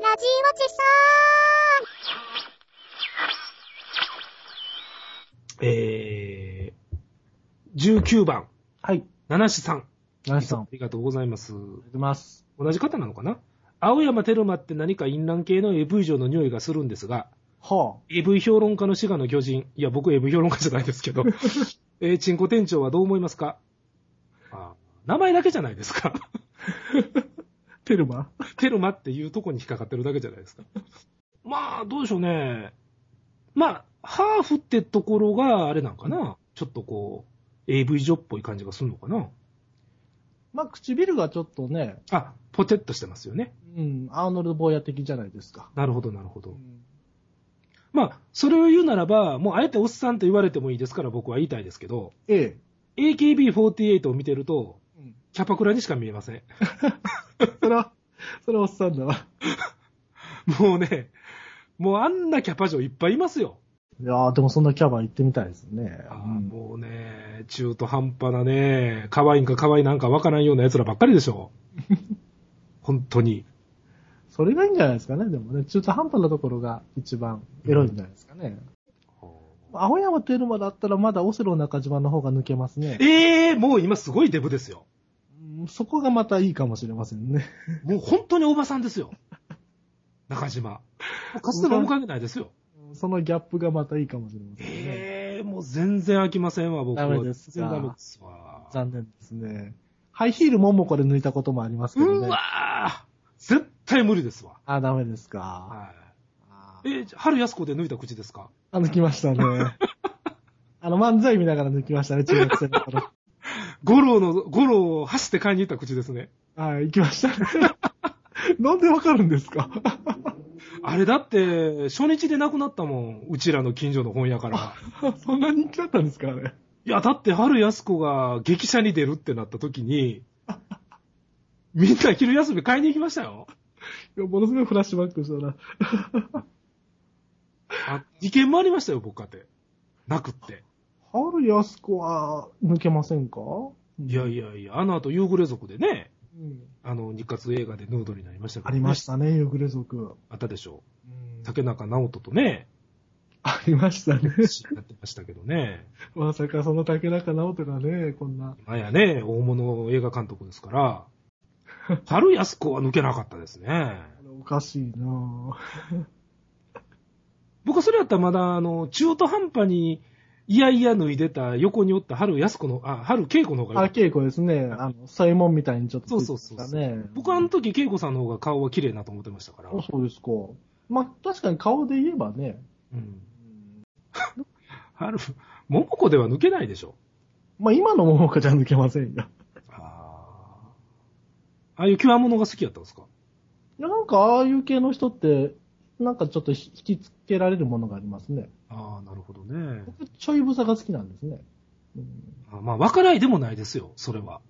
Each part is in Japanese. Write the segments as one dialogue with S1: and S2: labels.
S1: ちさ
S2: えー、19番、
S3: はい。
S2: 七志さん。
S3: ナイスさん、あ
S2: ありがとうございます。
S3: りがとうございます。
S2: 同じ方なのかな青山テルマって何か淫乱系の AV 上の匂いがするんですが、
S3: は
S2: AV 評論家の滋賀の巨人。いや、僕 AV 評論家じゃないですけど。えー、チンコ店長はどう思いますかあ名前だけじゃないですか。
S3: あ。テルマ
S2: テルマっていうとこに引っかかってるだけじゃないですか。まあ、どうでしょうね。まあ、ハーフってところがあれなんかな。ちょっとこう、AV 上っぽい感じがするのかな。
S3: まあ、唇がちょっとね、
S2: あ、ポテッとしてますよね。
S3: うん、アーノルド・ボーヤ的じゃないですか。
S2: なるほど、なるほど
S3: う。ん
S2: まあ、それを言うならば、もうあえておっさんと言われてもいいですから僕は言いたいですけど、
S3: ええ。
S2: AKB48 を見てると、
S3: うん
S2: キャパクラにしか見えません。
S3: それは、それはおっさんだわ。
S2: もうね、もうあんなキャパ嬢いっぱいいますよ。
S3: いやー、でもそんなキャバ行ってみたいですね。
S2: あー
S3: うん
S2: もうね、中途半端なね、可愛いんか可愛いなんかわからんような奴らばっかりでし ょ。本当に。
S3: それがいいんじゃないですかね、でもね。中途半端なところが一番エロいんじゃないですかね。青山テルマだったらまだオセロ中島の方が抜けますね。
S2: ええー、もう今すごいデブですよ。
S3: うんそこがまたいいかもしれませんね。
S2: もう本当におばさんですよ。中 島。もうかつての面影ないですよ。
S3: そのギャップがまたいいかもしれませんね。
S2: ええもう全然飽きませんわ、僕は。
S3: ダメですか
S2: 全然ダメですわ。
S3: 残念ですね。ハイヒールももこれ抜いたこともありますけど
S2: う
S3: ね。
S2: わー絶対無理ですわ。
S3: あ、ダメですか。
S2: は
S3: あ
S2: い。え、春安子で抜いた口ですか
S3: あ、抜きました ね。あの、漫才見ながら抜きましたね、中学生の頃。
S2: 五郎の、五郎を走って買いに行った口ですね。
S3: はい、行きましたね。 なんでわかるんですか
S2: あれだって、初日で亡くなったもん。うちらの近所の本屋 から。
S3: そんな人気だったんですかあれ。
S2: いや、だって春安子が劇者に出るってなった時に、みんな昼休み買いに行きました よ。
S3: いやものすごいフラッシュバックしたな。
S2: あ、事件もありましたよ、僕かて。なくって。
S3: 春安子は抜けませんか
S2: いやいやいや、あの後夕暮れ族でね、
S3: うん
S2: あの、日活映画でヌードになりましたけ
S3: あ
S2: ど、
S3: りましたね、ヨグレ族。
S2: あったでしょ
S3: うん
S2: う。竹中直人とね、
S3: ありましたね。
S2: シーンになってましたけどね。
S3: まさかその竹中直人がね、こんな。
S2: 今やね、大物映画監督です から、春安子は抜けなかったですね。
S3: おかしいなぁ。
S2: 僕はそれやったらまだ、あの、中途半端に、いやいや脱いでた横におった春安子の、あ、春恵子の方が
S3: あ、
S2: 良かった
S3: 稽古ですね。あの、サイモンみたいにちょっと
S2: そうそうそうそう
S3: ついてたね。
S2: 僕はあの時恵子さんの方が顔は綺麗なと思ってましたから。
S3: あそうですか。まあ、確かに顔で言えばね。
S2: うん。春、桃子では抜けないでしょ。
S3: まあ、今の桃子ちゃん抜けませ んよ。
S2: ああ。ああいう極物が好きやったんですか
S3: いや、なんか、ああいう系の人って、なんかちょっとひ引きつけられるものがありますね。
S2: ああ、なるほどね。
S3: 僕、ちょいぶさが好きなんですね。うん
S2: あまあ、分からいでもないですよ、それは。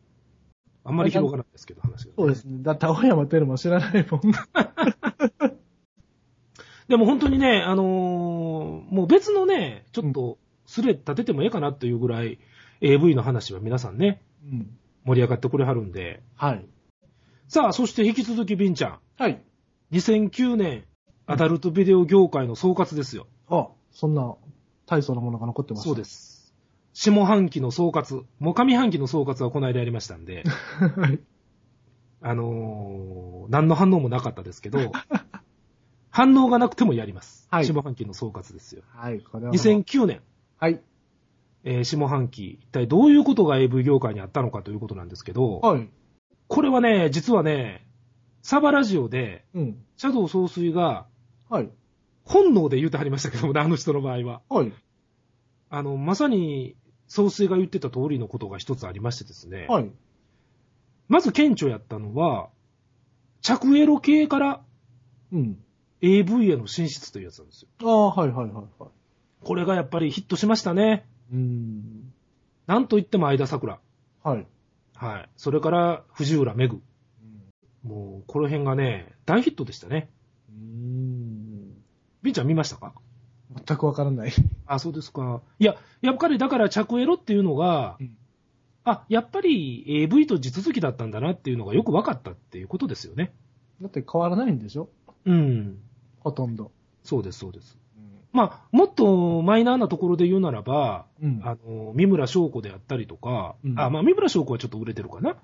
S2: あんまり広がらないですけど、話が。
S3: そうですね。だって、青山テルマ知らないもん。
S2: でも本当にね、あのーもう別のね、ちょっと、スレ立ててもええかなというぐらい、AV の話は皆さんね、
S3: うん。
S2: 盛り上がってくれはるんで。
S3: はい。
S2: さあ、そして引き続き、ビンちゃ
S3: はい。
S2: ん。2009年、アダルトビデオ業界の総括ですよ。
S3: あ、そんな、大層なものが残ってました。
S2: そうです。下半期の総括、もう上半期の総括はこの間やりましたんで、
S3: はい。
S2: あのー何の反応もなかったですけ ど、反応がなくてもやります。
S3: はい
S2: 下半期の総括ですよ。
S3: はい、これは。
S2: 2009年、
S3: はい。
S2: えー下半期、一体どういうことが AV 業界にあったのかということなんですけど、
S3: はい。
S2: これはね、実はね、サバラジオで、
S3: うん。
S2: シャドウ総帥が、
S3: はい。
S2: 本能で言うてはりましたけどもね、あの人の場合は。
S3: はい。
S2: あの、まさに、総帥が言ってた通りのことが一つありましてですね、
S3: はい。
S2: まず顕著やったのは、着エロ系から
S3: うん。
S2: AV への進出というやつなんですよ。
S3: ああ、はい、はい、はい、はい。
S2: これがやっぱりヒットしましたね。
S3: うーん。
S2: なんといっても相田桜。
S3: はい。
S2: はい。それから、藤浦めぐ。もう、この辺がね、大ヒットでしたね。
S3: うーん。
S2: ビンちゃん見ましたか
S3: 全くわからない。
S2: あ、そうですか。いや、やっぱりだから着エロっていうのが、
S3: うん
S2: あ、やっぱり AV と地続きだったんだなっていうのがよく分かったっていうことですよね。
S3: だって変わらないんでしょ
S2: うん。
S3: ほとんど。
S2: そうです、そうです。まあ、もっとマイナーなところで言うならば、
S3: うん
S2: あの、三村翔子であったりとか、
S3: うん
S2: あ、まあ、三村翔子はちょっと売れてるかな。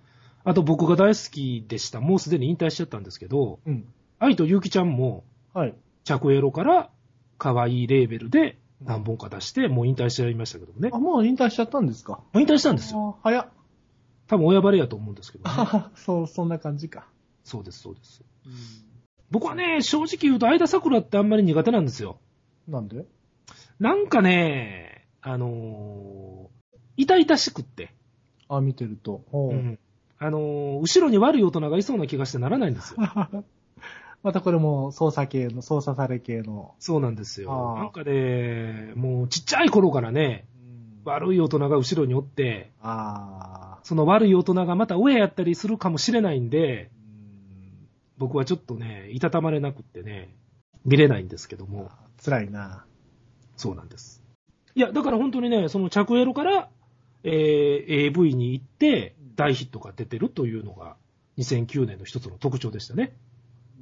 S2: あと僕が大好きでした。もうすでに引退しちゃったんですけど、
S3: うん。
S2: 愛とゆきちゃんも、
S3: はい。
S2: 着エロから可愛いレーベルで何本か出して、もう引退しちゃいましたけどもね。
S3: あ、
S2: も
S3: もう引退しちゃったんですか
S2: う引退したんですよ。
S3: あー早っ。
S2: 多分親バレやと思うんですけど、ね、
S3: あそう、そんな感じか。
S2: そうです、そうです。僕はね、正直言うと、相田桜ってあんまり苦手なんですよ。
S3: なんで
S2: なんかね、あのー痛々しくって。
S3: あ、見てると。ほう
S2: うんあのー後ろに悪い大人がいそうな気がしてならないんですよ。
S3: またこれも操作系の、操作され系の。
S2: そうなんですよ
S3: あ。ー
S2: なんかね、もうちっちゃい頃からね、悪い大人が後ろにおって、
S3: ああ。
S2: その悪い大人がまた親やったりするかもしれないんで、
S3: うん
S2: 僕はちょっとね、いたたまれなくってね、見れないんですけども、
S3: 辛いな。
S2: そうなんです。いや、だから本当にね、その着エロから、えー AV に行って、大ヒットが出てるというのが、2009年の一つの特徴でしたね。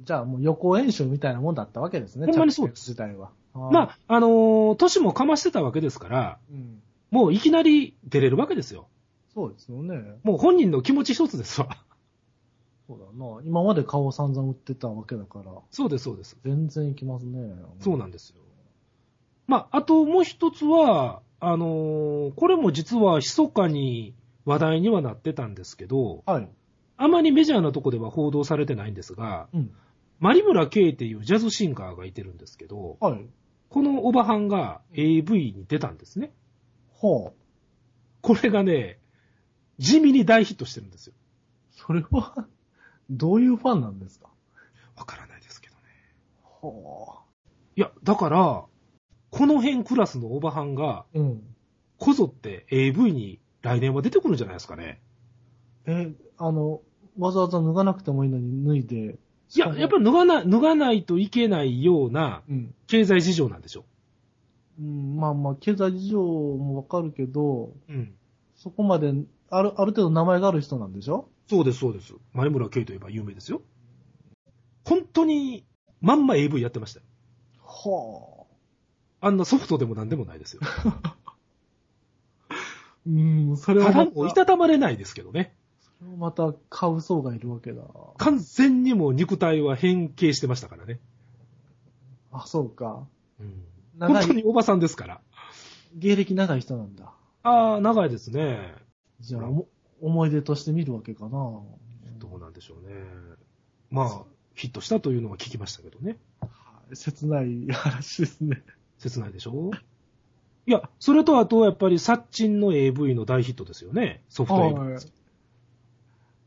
S3: じゃあもう予行演習みたいなもんだったわけですね。
S2: ほんまにそうです
S3: 時代は。あ
S2: まあ、あのー年もかましてたわけですから、
S3: ー。うん。
S2: もういきなり出れるわけですよ。
S3: そうですよね。
S2: もう本人の気持ち一つですわ。
S3: そうだな。今まで顔を散々売ってたわけだから、
S2: そうです、そうです。
S3: 全然いきますね。
S2: そう
S3: な
S2: なんですよ。まあ、あともう一つは、あのーこれも実は密かに話題にはなってたんですけど、
S3: はい。
S2: あまりメジャーなとこでは報道されてないんですが、
S3: うん。
S2: 有村圭っていうジャズシンガーがいてるんですけど、
S3: はい。
S2: このおばはんが AV に出たんですね。
S3: ほう。
S2: これがね、地味に大ヒットしてるんですよ。
S3: それは、 どういうファンなんですか
S2: わからないですけどね。
S3: ほ
S2: いや、だから、この辺クラスのおばはんが、
S3: う。うん。
S2: こぞって AV に来年は出てくるんじゃないですかね。
S3: え、あの、わざわざ脱がなくてもいいのに脱いで。
S2: いや、やっぱり脱がない、脱がないといけないような
S3: り。うん。
S2: 経済事情なんでしょ
S3: うん、まあまあ、経済事情もわかるけど、
S2: う。うん。
S3: そこまで、ある、ある程度名前がある人なんでしょ
S2: そうです、そうです。前村圭といえば有名ですよ。本当に、まんま AV やってましたよ。
S3: はあ。
S2: あんなソフトでも何でもないですよ。
S3: うん、それ
S2: た
S3: は
S2: だ
S3: ま
S2: もうい
S3: た、
S2: たたまれないですけどね。
S3: それをまた買う層がいるわけだ。
S2: 完全にもう肉体は変形してましたからね。
S3: あ、そうか。
S2: うん、
S3: 長
S2: 本当
S3: い、
S2: におばさんですから。
S3: 芸歴長い人なんだ。
S2: ああ、長いですね。
S3: じゃあ、
S2: ほら
S3: おも思い出として見るわけかな。
S2: どうなんでしょうね。まあ、ヒットしたというのは聞きましたけどね。
S3: はい切ない話ですね。
S2: 切ないでしょいや、それとあと、やっぱり、サッチンの AV の大ヒットですよね。ソフト AV。
S3: はい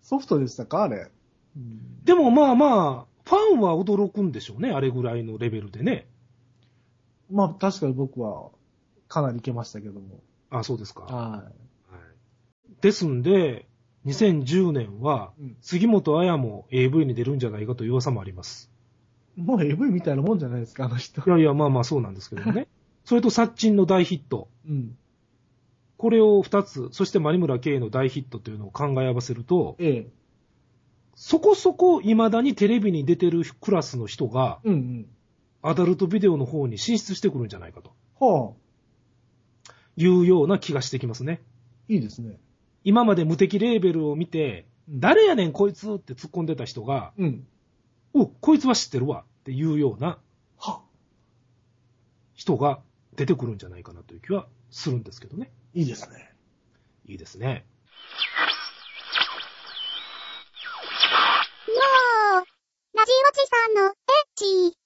S3: ソフトでしたかあれ。うん
S2: でもまあまあ、ファンは驚くんでしょうね。あれぐらいのレベルでね。
S3: まあ、確かに僕は、かなりいけましたけども。
S2: あそうですか。は、
S3: はい
S2: ですんで、2010年は、
S3: い。うん
S2: 杉本彩も AV に出るんじゃないかという噂もあります。
S3: もう AV みたいなもんじゃないですか、あの人
S2: い。やいや、まあまあそうなんですけどね。 それと、サッチンの大ヒット。
S3: うん。
S2: これを2つ、そして有村圭の大ヒットというのを考え合わせると、
S3: ええ。
S2: そこそこ未だにテレビに出てるクラスの人が、
S3: うんうん。
S2: アダルトビデオの方に進出してくるんじゃないかと
S3: はあ、
S2: いうような気がしてきますね。
S3: いいですね。
S2: 今まで無敵レーベルを見て、
S3: うん
S2: 誰やねんこいつって突っ込んでた人が、
S3: うん。
S2: おこいつは知ってるわっていうような
S3: は
S2: 人が出てくるんじゃないかなという気はするんですけどね。
S3: いいですね。
S2: いいですね。
S1: よーラジオチさんのエッチ